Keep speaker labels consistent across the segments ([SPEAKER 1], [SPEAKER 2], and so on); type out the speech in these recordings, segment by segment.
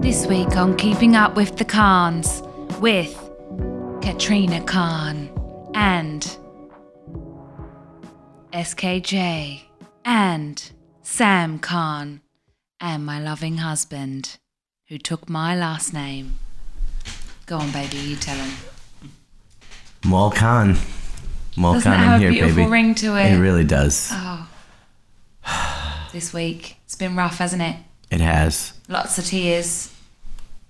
[SPEAKER 1] this week on Keeping Up with the Khans with Katrina Khan and SKJ and Sam Khan and my loving husband who took my last name. Go on, baby, you tell him.
[SPEAKER 2] Mol Khan. Mol
[SPEAKER 1] Doesn't
[SPEAKER 2] Khan
[SPEAKER 1] it have
[SPEAKER 2] in
[SPEAKER 1] a
[SPEAKER 2] here,
[SPEAKER 1] beautiful
[SPEAKER 2] baby.
[SPEAKER 1] ring to it?
[SPEAKER 2] It really does.
[SPEAKER 1] oh. this week, it's been rough, hasn't it?
[SPEAKER 2] It has.
[SPEAKER 1] Lots of tears,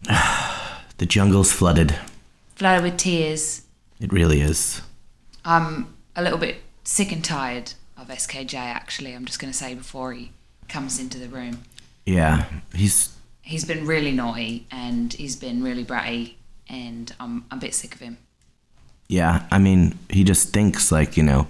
[SPEAKER 2] The jungle's flooded.
[SPEAKER 1] flooded with tears.
[SPEAKER 2] It really is.
[SPEAKER 1] I'm a little bit sick and tired of SKJ, actually. I'm just going to say before he comes into the room.
[SPEAKER 2] Yeah. He's
[SPEAKER 1] He's been really naughty and he's been really bratty, and I'm, I'm a bit sick of him.
[SPEAKER 2] yeah, I mean, he just thinks like, you know,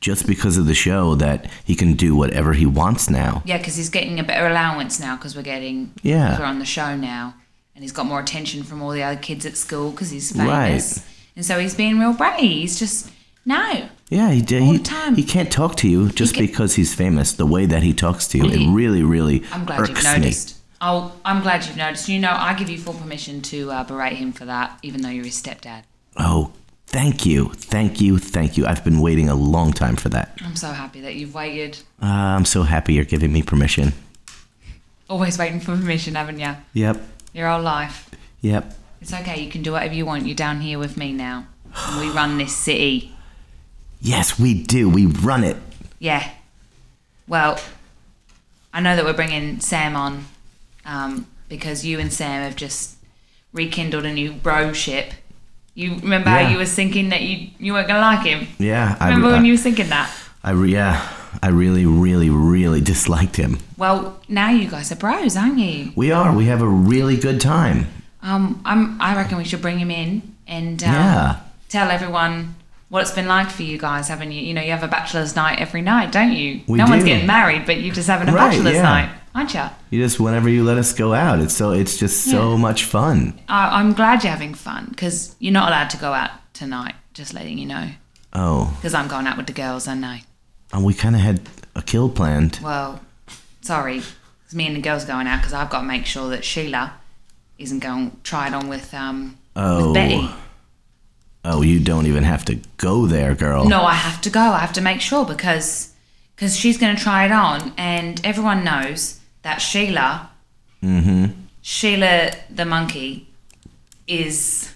[SPEAKER 2] just because of the show that he can do whatever he wants now.
[SPEAKER 1] Yeah, because he's getting a better allowance now because we're getting
[SPEAKER 2] Yeah.
[SPEAKER 1] 'cause we're on the show now, and he's got more attention from all the other kids at school because he's
[SPEAKER 2] Right.
[SPEAKER 1] famous, and so he's being real bratty. He's just no,
[SPEAKER 2] Yeah, he did.
[SPEAKER 1] All the
[SPEAKER 2] He,
[SPEAKER 1] time.
[SPEAKER 2] he can't talk to you just
[SPEAKER 1] ca-
[SPEAKER 2] because he's famous. The way that he talks to you, it really, really
[SPEAKER 1] I'm glad
[SPEAKER 2] irks
[SPEAKER 1] you've noticed. Oh, I'm glad you've noticed. You know, I give you full permission to uh, berate him for that, even though you're his stepdad.
[SPEAKER 2] me. Oh, thank you, thank you, thank you. I've been waiting a long time for that.
[SPEAKER 1] I'm so happy that you've waited.
[SPEAKER 2] Uh, I'm so happy you're giving me permission.
[SPEAKER 1] Always waiting for permission, haven't you?
[SPEAKER 2] Yep,
[SPEAKER 1] Your whole life.
[SPEAKER 2] yep.
[SPEAKER 1] It's okay. You can do whatever you want. You're down here with me now. And we run this city.
[SPEAKER 2] Yes, we do. We run it.
[SPEAKER 1] Yeah. Well, I know that we're bringing Sam on um, because you and Sam have just rekindled a new bro ship. You remember how
[SPEAKER 2] Yeah.
[SPEAKER 1] you was thinking that you you weren't gonna like him.
[SPEAKER 2] Yeah, I,
[SPEAKER 1] Remember
[SPEAKER 2] I,
[SPEAKER 1] when you was thinking that?
[SPEAKER 2] I re- yeah, I really, really, really disliked him.
[SPEAKER 1] Well, now you guys are bros, aren't you?
[SPEAKER 2] We are. We have a really good time.
[SPEAKER 1] Um, I'm. I reckon we should bring him in and um,
[SPEAKER 2] Yeah.
[SPEAKER 1] tell everyone what it's been like for you guys, haven't you? You know, you have a bachelor's night every night, don't you?
[SPEAKER 2] We
[SPEAKER 1] no one's
[SPEAKER 2] do.
[SPEAKER 1] getting married, but you're just having a
[SPEAKER 2] Right,
[SPEAKER 1] bachelor's
[SPEAKER 2] yeah.
[SPEAKER 1] night, aren't you?
[SPEAKER 2] You just whenever you let us go out, it's so it's just so
[SPEAKER 1] Yeah.
[SPEAKER 2] much fun.
[SPEAKER 1] I, I'm glad you're having fun because you're not allowed to go out tonight. Just letting you know,
[SPEAKER 2] Oh,
[SPEAKER 1] because I'm going out with the girls. I know.
[SPEAKER 2] and we kind of had a kill planned.
[SPEAKER 1] Well, sorry, it's me and the girls going out because I've got to make sure that Sheila isn't going try it on with um
[SPEAKER 2] Oh.
[SPEAKER 1] with Betty.
[SPEAKER 2] Oh, you don't even have to go there, girl.
[SPEAKER 1] No, I have to go. I have to make sure because because she's going to try it on, and everyone knows that Sheila,
[SPEAKER 2] Mm-hmm.
[SPEAKER 1] Sheila the monkey, is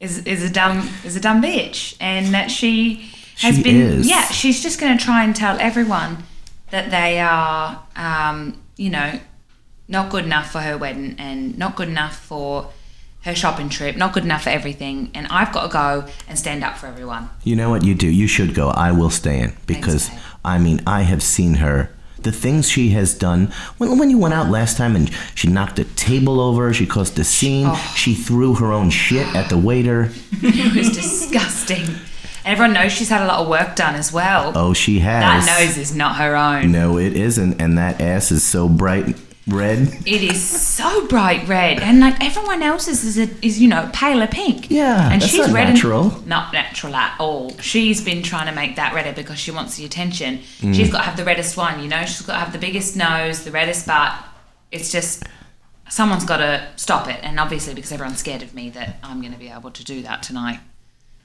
[SPEAKER 1] is is a dumb is a dumb bitch, and that she has
[SPEAKER 2] She
[SPEAKER 1] been
[SPEAKER 2] is.
[SPEAKER 1] yeah. She's just going to try and tell everyone that they are um, you know not good enough for her wedding and not good enough for her shopping trip, not good enough for everything, and I've got to go and stand up for everyone.
[SPEAKER 2] You know what you do? You should go. I will stay in because
[SPEAKER 1] babe.
[SPEAKER 2] I mean, I have seen her. The things she has done. When, when you went out last time and she knocked a table over, she caused a scene, she threw her own shit at the waiter.
[SPEAKER 1] It was disgusting. And everyone knows she's had a lot of work done as well.
[SPEAKER 2] Oh, she
[SPEAKER 1] that
[SPEAKER 2] has.
[SPEAKER 1] nose is not her own.
[SPEAKER 2] No, it isn't. And that ass is so bright red.
[SPEAKER 1] It is so bright red, and like everyone else's is a, is you know paler pink.
[SPEAKER 2] Yeah,
[SPEAKER 1] and
[SPEAKER 2] that's
[SPEAKER 1] she's
[SPEAKER 2] not
[SPEAKER 1] red
[SPEAKER 2] natural.
[SPEAKER 1] And not natural at all. She's been trying to make that redder because she wants the attention.
[SPEAKER 2] Mm.
[SPEAKER 1] She's got to have the reddest one, you know. She's got to have the biggest nose, the reddest butt. It's just someone's got to stop it, and obviously because everyone's scared of me that I'm going to be able to do that tonight.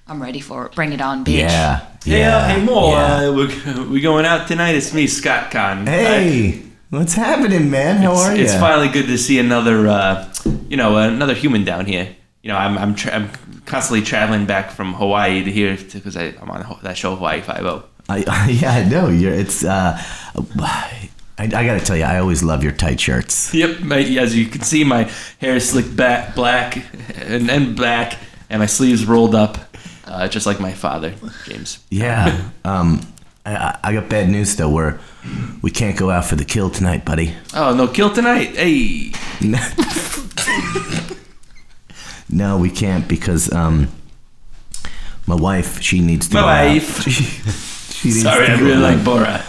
[SPEAKER 1] I'm ready for it. Bring it on, bitch.
[SPEAKER 2] Yeah.
[SPEAKER 3] Hey, uh, hey, Mo,
[SPEAKER 2] yeah.
[SPEAKER 3] uh, we're, we're going out tonight. It's me, Scott Con.
[SPEAKER 2] Hey, what's happening, man? How
[SPEAKER 3] it's,
[SPEAKER 2] are you?
[SPEAKER 3] it's finally good to see another, uh, you know, another human down here. You know, I'm I'm, tra- I'm constantly traveling back from Hawaii to here because I'm on ho- that show Hawaii Five O.
[SPEAKER 2] I, yeah, I know. You're, it's, uh, I, I gotta tell you, I always love your tight shirts.
[SPEAKER 3] Yep, my, as you can see, my hair is slicked back, black, and, and black, and my sleeves rolled up, uh, just like my father, James.
[SPEAKER 2] Yeah. um, I- I, I got bad news though. We're we can't go out for the kill tonight, buddy.
[SPEAKER 3] Oh no, kill tonight! Hey,
[SPEAKER 2] no, we can't because um, my wife she needs to.
[SPEAKER 3] My
[SPEAKER 2] go out.
[SPEAKER 3] wife.
[SPEAKER 2] She, she needs
[SPEAKER 3] sorry,
[SPEAKER 2] to
[SPEAKER 3] I
[SPEAKER 2] go
[SPEAKER 3] really
[SPEAKER 2] out.
[SPEAKER 3] like Bora.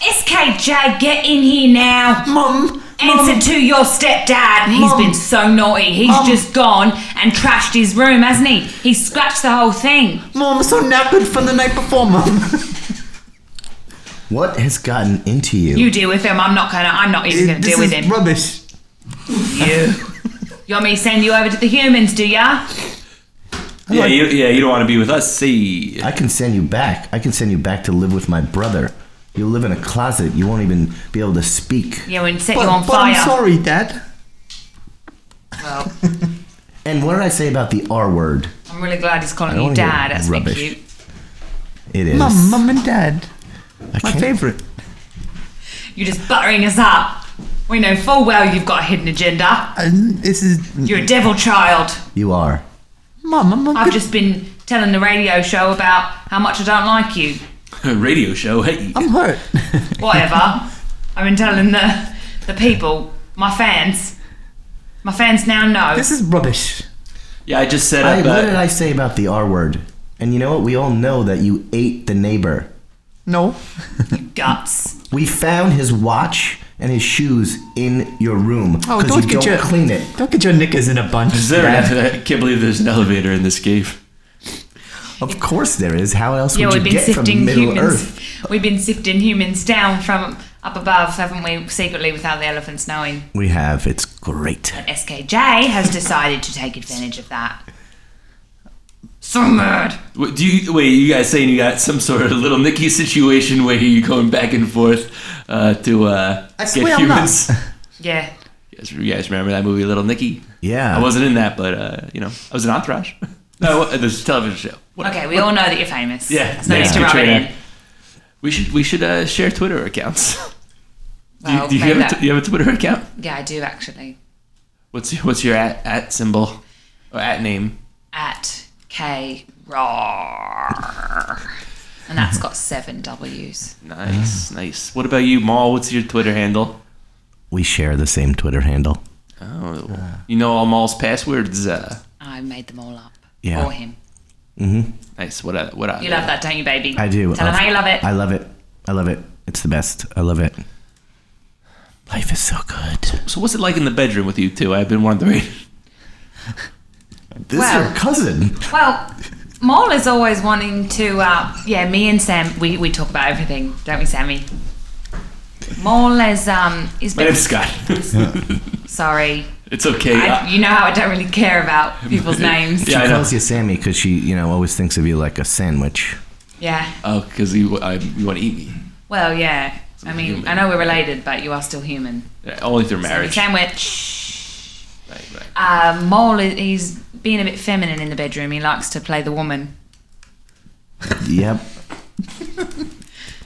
[SPEAKER 1] SKJ, get in here now. Mum. Answer to your stepdad. He's been so naughty. He's just gone and trashed his room, hasn't he? He scratched the whole thing.
[SPEAKER 4] Mom, I'm so knackered from the night before, Mom.
[SPEAKER 2] What has gotten into you?
[SPEAKER 1] You deal with him. I'm not gonna. I'm not even gonna
[SPEAKER 4] this
[SPEAKER 1] deal with
[SPEAKER 4] is
[SPEAKER 1] him.
[SPEAKER 4] rubbish.
[SPEAKER 1] You. you want me to send you over to the humans, do ya?
[SPEAKER 3] Yeah, you, yeah, you don't want to be with us. See,
[SPEAKER 2] I can send you back. I can send you back to live with my brother. You'll live in a closet. You won't even be able to speak.
[SPEAKER 1] Yeah, and set
[SPEAKER 4] But,
[SPEAKER 1] you on
[SPEAKER 4] but
[SPEAKER 1] fire.
[SPEAKER 4] I'm sorry, Dad.
[SPEAKER 1] Well,
[SPEAKER 2] And what did I say about the R word?
[SPEAKER 1] I'm really glad he's calling
[SPEAKER 2] I
[SPEAKER 1] you
[SPEAKER 2] don't hear
[SPEAKER 1] dad. That's a bit
[SPEAKER 2] rubbish.
[SPEAKER 1] cute.
[SPEAKER 2] It is.
[SPEAKER 4] Mum, Mum and Dad.
[SPEAKER 2] I
[SPEAKER 4] My
[SPEAKER 2] can't-
[SPEAKER 4] favorite.
[SPEAKER 1] You're just buttering us up. We know full well you've got a hidden agenda.
[SPEAKER 4] And this is
[SPEAKER 1] You're a devil child.
[SPEAKER 2] You are.
[SPEAKER 4] Mum. I'm a
[SPEAKER 1] I've
[SPEAKER 4] good-
[SPEAKER 1] just been telling the radio show about how much I don't like you.
[SPEAKER 3] radio show. Hey,
[SPEAKER 4] I'm hurt.
[SPEAKER 1] Whatever. I've been telling the the people, my fans. My fans now know.
[SPEAKER 4] this is rubbish.
[SPEAKER 3] yeah, I just set
[SPEAKER 2] I,
[SPEAKER 3] up.
[SPEAKER 2] what did
[SPEAKER 3] uh,
[SPEAKER 2] I say about the R word? And you know what? We all know that you ate the neighbor.
[SPEAKER 4] No.
[SPEAKER 1] Guts.
[SPEAKER 2] We found his watch and his shoes in your room
[SPEAKER 4] Oh,
[SPEAKER 2] because
[SPEAKER 4] don't
[SPEAKER 2] you
[SPEAKER 4] get
[SPEAKER 2] don't
[SPEAKER 4] your-
[SPEAKER 2] clean it.
[SPEAKER 4] Don't get your knickers in a bunch.
[SPEAKER 3] is there
[SPEAKER 4] Dad.
[SPEAKER 3] an- I can't believe there's an elevator in this cave.
[SPEAKER 2] Of course there is. How else
[SPEAKER 1] Yeah,
[SPEAKER 2] would
[SPEAKER 1] we've
[SPEAKER 2] you
[SPEAKER 1] been
[SPEAKER 2] get
[SPEAKER 1] sifting
[SPEAKER 2] from Middle
[SPEAKER 1] humans.
[SPEAKER 2] Earth?
[SPEAKER 1] We've been sifting humans down from up above, haven't we? Secretly, without the elephants knowing.
[SPEAKER 2] We have. It's great.
[SPEAKER 1] SKJ has decided to take advantage of that. So mad.
[SPEAKER 3] Wait, Do you wait? You guys saying you got some sort of little Nicky situation where you're going back and forth uh, to uh,
[SPEAKER 4] I swear I'm not.
[SPEAKER 3] humans?
[SPEAKER 1] Yeah.
[SPEAKER 3] You guys, you guys remember that movie, Little Nicky?
[SPEAKER 2] Yeah.
[SPEAKER 3] I wasn't in that, but uh, you know, I was in Entourage. no, it was a television show. What-
[SPEAKER 1] Okay, we all know that you're famous.
[SPEAKER 3] Yeah,
[SPEAKER 1] It's no
[SPEAKER 3] thanks,
[SPEAKER 1] use to rub it
[SPEAKER 3] Katrina.
[SPEAKER 1] in.
[SPEAKER 3] We should we should uh, share Twitter accounts. do you,
[SPEAKER 1] Well,
[SPEAKER 3] do you,
[SPEAKER 1] maybe
[SPEAKER 3] have a
[SPEAKER 1] Oh, that-
[SPEAKER 3] tw- you have a Twitter account?
[SPEAKER 1] Yeah, I do actually.
[SPEAKER 3] What's your, what's your at, at symbol or at name?
[SPEAKER 1] At K Roar. And that's got seven W's.
[SPEAKER 3] Nice, nice. What about you, Maul? What's your Twitter handle?
[SPEAKER 2] We share the same Twitter handle.
[SPEAKER 3] Oh, you know all Maul's passwords. Uh,
[SPEAKER 1] I made them all up
[SPEAKER 2] Yeah.
[SPEAKER 1] for him.
[SPEAKER 3] nice. What a what a.
[SPEAKER 1] You love that, don't you, baby?
[SPEAKER 2] I do.
[SPEAKER 1] Tell him
[SPEAKER 2] I've-
[SPEAKER 1] how you love it.
[SPEAKER 2] I love it. I love it. It's the best. I love it. Life is so good.
[SPEAKER 3] So what's it like in the bedroom with you two? I've been wondering.
[SPEAKER 2] This
[SPEAKER 1] Wow.
[SPEAKER 2] is your cousin.
[SPEAKER 1] Well, Maul is always wanting to. Uh, yeah, me and Sam, we, we talk about everything, don't we, Sammy? Maul is um. He's
[SPEAKER 3] My
[SPEAKER 1] been
[SPEAKER 3] name's Scott.
[SPEAKER 1] sorry.
[SPEAKER 3] it's okay.
[SPEAKER 1] I,
[SPEAKER 3] I,
[SPEAKER 1] you know how I don't really care about people's names.
[SPEAKER 2] She
[SPEAKER 3] yeah, I know.
[SPEAKER 2] calls you Sammy because she, you know, always thinks of you like a sandwich.
[SPEAKER 1] Yeah.
[SPEAKER 3] Oh, because you I, you want to eat me?
[SPEAKER 1] Well, yeah. I mean,
[SPEAKER 3] human.
[SPEAKER 1] I know we're related, but you are still human.
[SPEAKER 3] Yeah, only through
[SPEAKER 1] Sammy
[SPEAKER 3] marriage.
[SPEAKER 1] Sandwich.
[SPEAKER 3] Right, right.
[SPEAKER 1] Uh, Mole, is- he's being a bit feminine in the bedroom. He likes to play the woman.
[SPEAKER 2] Yep.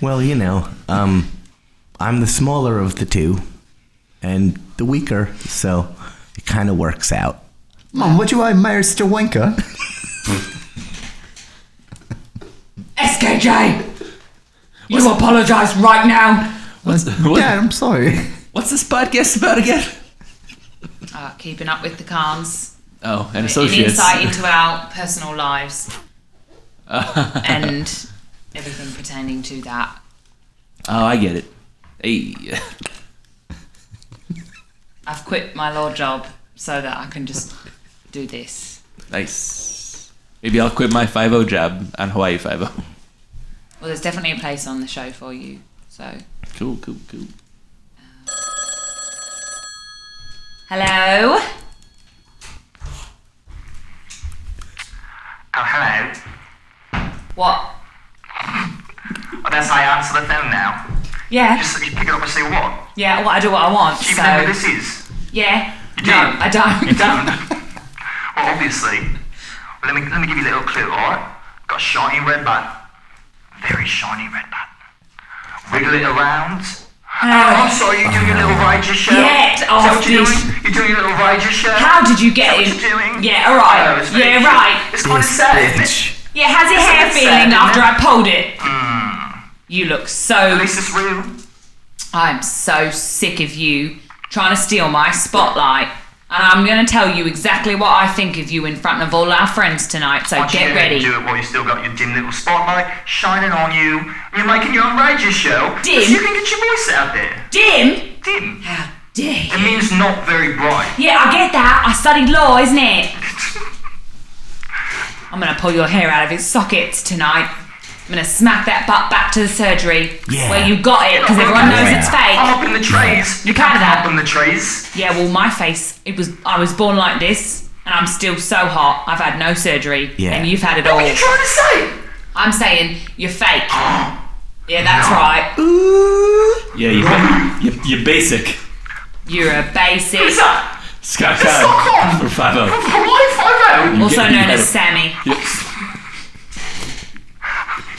[SPEAKER 2] well, you know, um, I'm the smaller of the two, and the weaker, so it kind of works out.
[SPEAKER 4] Mum, would you admire Stawenka?
[SPEAKER 1] SKJ! You apologise right now!
[SPEAKER 3] What's what-
[SPEAKER 4] Dad, I'm sorry.
[SPEAKER 3] what's this podcast about again?
[SPEAKER 1] Uh, keeping up with the Khans.
[SPEAKER 3] Oh, and
[SPEAKER 1] An
[SPEAKER 3] associates.
[SPEAKER 1] insight into our personal lives and everything pertaining to that.
[SPEAKER 3] Oh, I get it. Hey,
[SPEAKER 1] I've quit my law job so that I can just do this.
[SPEAKER 3] nice. Maybe I'll quit my 5 job on Hawaii oh. 5
[SPEAKER 1] Well, there's definitely a place on the show for you. So,
[SPEAKER 3] Cool, cool, cool.
[SPEAKER 1] hello.
[SPEAKER 5] Oh, hello.
[SPEAKER 1] What?
[SPEAKER 5] Unless Oh, I answer the phone now.
[SPEAKER 1] Yeah,
[SPEAKER 5] Just you pick it up and say what?
[SPEAKER 1] yeah. Well, I do what I want.
[SPEAKER 5] Do you even know who
[SPEAKER 1] So,
[SPEAKER 5] this is?
[SPEAKER 1] yeah.
[SPEAKER 5] do?
[SPEAKER 1] No, I
[SPEAKER 5] You
[SPEAKER 1] don't.
[SPEAKER 5] don't. well, obviously. Well, let me let me give you a little clue, alright? Got a shiny red bat. Very shiny red bat. Wiggle it around.
[SPEAKER 1] Uh,
[SPEAKER 5] Oh, I'm sorry, you're doing your little Ranger show.
[SPEAKER 1] Get
[SPEAKER 5] Is that
[SPEAKER 1] off
[SPEAKER 5] what you're
[SPEAKER 1] this.
[SPEAKER 5] doing? You're doing your little Ranger show.
[SPEAKER 1] How did you get in?
[SPEAKER 5] Is that what you're doing?
[SPEAKER 1] Yeah, all
[SPEAKER 5] I know,
[SPEAKER 1] right.
[SPEAKER 5] it's very
[SPEAKER 1] Yeah,
[SPEAKER 5] cute.
[SPEAKER 1] right.
[SPEAKER 5] It's quite sad, isn't it?
[SPEAKER 1] Yeah, how's your
[SPEAKER 5] It's a
[SPEAKER 1] hair
[SPEAKER 5] bit
[SPEAKER 1] feeling
[SPEAKER 5] sad,
[SPEAKER 1] after
[SPEAKER 5] isn't
[SPEAKER 1] I pulled it? You look
[SPEAKER 5] At
[SPEAKER 1] so.
[SPEAKER 5] least it's real.
[SPEAKER 1] I'm so sick of you trying to steal my spotlight. And I'm going to tell you exactly what I think of you in front of all our friends tonight. So
[SPEAKER 5] What you
[SPEAKER 1] get
[SPEAKER 5] gonna
[SPEAKER 1] ready.
[SPEAKER 5] Do it while you still got your dim little spotlight shining on you. You're making your own radio show.
[SPEAKER 1] Dim?
[SPEAKER 5] So you can get your voice out there.
[SPEAKER 1] Dim?
[SPEAKER 5] Dim.
[SPEAKER 1] How dare
[SPEAKER 5] It means not very bright.
[SPEAKER 1] Yeah, I get that. I studied law, isn't it? I'm gonna pull your hair out of its sockets tonight. I'm gonna smack that butt back to the surgery
[SPEAKER 2] Yeah.
[SPEAKER 1] where you got it because everyone knows
[SPEAKER 2] Yeah.
[SPEAKER 1] it's fake.
[SPEAKER 5] I'm up in the trees. You
[SPEAKER 1] can't
[SPEAKER 5] can't
[SPEAKER 1] do that.
[SPEAKER 5] up in the trees.
[SPEAKER 1] Yeah, well, my face it was I was born like this and I'm still so hot. I've had no surgery
[SPEAKER 2] Yeah.
[SPEAKER 1] and you've had it
[SPEAKER 5] What are
[SPEAKER 1] all.
[SPEAKER 5] you trying to say?
[SPEAKER 1] I'm saying you're fake. Yeah, that's right.
[SPEAKER 3] Yeah, you, you, you're basic.
[SPEAKER 1] You're a basic,
[SPEAKER 5] Is that
[SPEAKER 3] Scott
[SPEAKER 5] Scott
[SPEAKER 3] Cog
[SPEAKER 5] Cog.
[SPEAKER 3] for five oh.
[SPEAKER 5] Hawaii Five O?
[SPEAKER 1] also
[SPEAKER 3] getting
[SPEAKER 1] known
[SPEAKER 3] better.
[SPEAKER 1] as Sammy.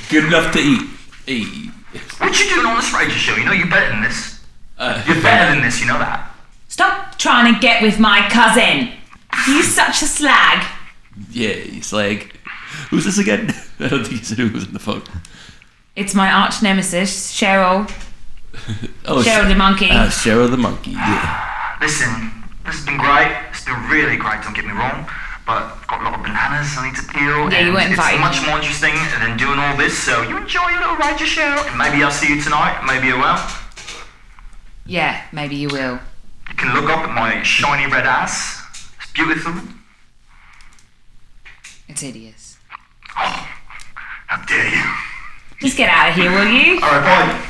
[SPEAKER 3] Good enough to eat. Eat.
[SPEAKER 5] What you doing on this radio show? You know you're better than this.
[SPEAKER 3] Uh,
[SPEAKER 5] You're better than this. You know that.
[SPEAKER 1] Stop trying to get with my cousin. He's such a slag.
[SPEAKER 3] Yeah, he's like, who's this again? I don't think he said who was on the phone.
[SPEAKER 1] It's my arch nemesis, Cheryl.
[SPEAKER 3] Oh,
[SPEAKER 1] Cheryl the monkey.
[SPEAKER 3] Uh, Cheryl the monkey. Yeah.
[SPEAKER 5] Listen, this has been great. It's been really great, don't get me wrong. But I've got a lot of bananas I need to peel.
[SPEAKER 1] Yeah, you
[SPEAKER 5] and
[SPEAKER 1] weren't
[SPEAKER 5] It's
[SPEAKER 1] invited.
[SPEAKER 5] much more interesting than doing all this, so you enjoy your little radio show. And maybe I'll see you tonight. Maybe I will.
[SPEAKER 1] yeah, maybe you will.
[SPEAKER 5] You can look up at my shiny red ass. It's beautiful.
[SPEAKER 1] It's hideous.
[SPEAKER 5] How dare you?
[SPEAKER 1] Just get out of here, will you?
[SPEAKER 5] Alright, bye.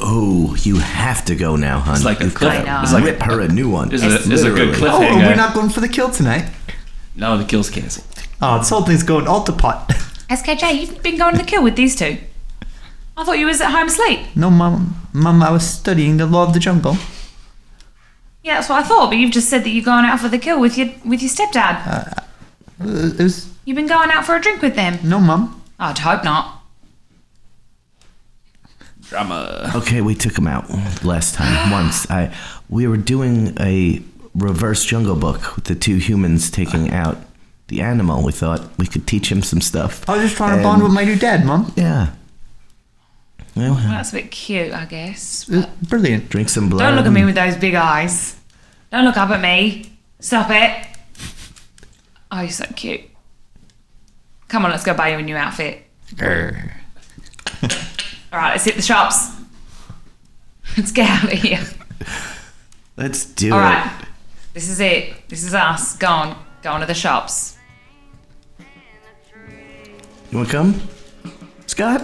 [SPEAKER 2] Oh, you have to go now, hon.
[SPEAKER 3] It's like a
[SPEAKER 2] You've got
[SPEAKER 3] cliff.
[SPEAKER 1] know.
[SPEAKER 2] to
[SPEAKER 3] It's like
[SPEAKER 2] rip her a new one.
[SPEAKER 3] It's a, it's a good
[SPEAKER 2] Literally.
[SPEAKER 4] Oh,
[SPEAKER 3] cliffhanger.
[SPEAKER 4] we're not going for the kill tonight.
[SPEAKER 3] no, the kill's canceled.
[SPEAKER 4] Oh, this whole thing's going all to pot.
[SPEAKER 1] SKJ, you've been going to the kill with these two. I thought you was at home asleep.
[SPEAKER 4] no, mum, mum, I was studying the law of the jungle.
[SPEAKER 1] Yeah, that's what I thought. But you've just said that you're going out for the kill with your with your stepdad.
[SPEAKER 4] Uh, It was
[SPEAKER 1] You've been going out for a drink with them.
[SPEAKER 4] no, mum.
[SPEAKER 1] I'd hope not.
[SPEAKER 3] Drama.
[SPEAKER 2] Okay, we took him out last time once. I we were doing a reverse Jungle Book with the two humans taking out the animal. We thought we could teach him some stuff.
[SPEAKER 4] I was just trying
[SPEAKER 2] And-
[SPEAKER 4] to bond with my new dad, mum.
[SPEAKER 2] Yeah. Well,
[SPEAKER 1] Well, that's a bit cute, I guess.
[SPEAKER 4] It was brilliant.
[SPEAKER 2] drink some blood.
[SPEAKER 1] Don't look at me
[SPEAKER 2] and-
[SPEAKER 1] with those big eyes. Don't look up at me. Stop it. Oh, you're so cute. Come on, let's go buy you a new outfit.
[SPEAKER 4] Grr.
[SPEAKER 1] All right, let's hit the shops. Let's get out of here.
[SPEAKER 2] Let's do
[SPEAKER 1] All
[SPEAKER 2] it.
[SPEAKER 1] right. This is it. This is us. Go on. Go on to the shops.
[SPEAKER 2] You want to come, Scott?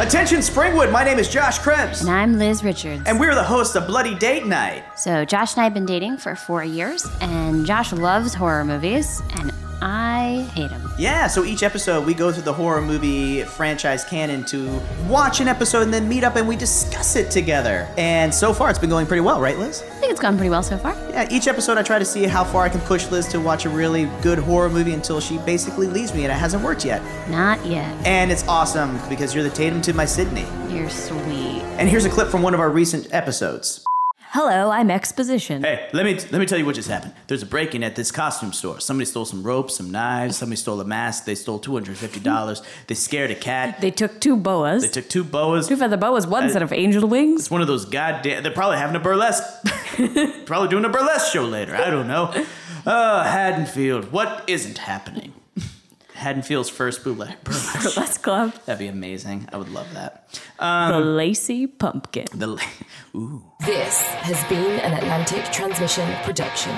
[SPEAKER 6] Attention Springwood, my name is Josh Krebs.
[SPEAKER 7] And I'm Liz Richards.
[SPEAKER 6] And we're the hosts of Bloody Date Night.
[SPEAKER 7] so, Josh and I have been dating for four years, and Josh loves horror movies, and I hate them.
[SPEAKER 6] Yeah, so each episode we go through the horror movie franchise canon to watch an episode and then meet up and we discuss it together. And so far it's been going pretty well, right, Liz?
[SPEAKER 7] I think it's gone pretty well so far.
[SPEAKER 6] Yeah, each episode I try to see how far I can push Liz to watch a really good horror movie until she basically leaves me and it hasn't worked yet.
[SPEAKER 7] Not yet.
[SPEAKER 6] And it's awesome because you're the Tatum to my Sydney.
[SPEAKER 7] You're sweet.
[SPEAKER 6] And here's a clip from one of our recent episodes.
[SPEAKER 8] Hello, I'm Exposition.
[SPEAKER 6] Hey, let me let me tell you what just happened. There's a break-in at this costume store. Somebody stole some ropes, some knives. Somebody stole a mask. They stole two hundred fifty dollars. They scared a cat.
[SPEAKER 8] They took two boas.
[SPEAKER 6] They took two boas.
[SPEAKER 8] two feather boas, one set of angel wings.
[SPEAKER 6] It's one of those goddamn. They're probably having a burlesque. probably doing a burlesque show later. I don't know. Uh, Haddonfield. What isn't happening? Haddonfield's first bootleg burlesque.
[SPEAKER 8] Let's club
[SPEAKER 6] That'd be amazing. I would love that.
[SPEAKER 8] the Lacey Pumpkin.
[SPEAKER 6] The ooh.
[SPEAKER 9] This has been an Atlantic Transmission production.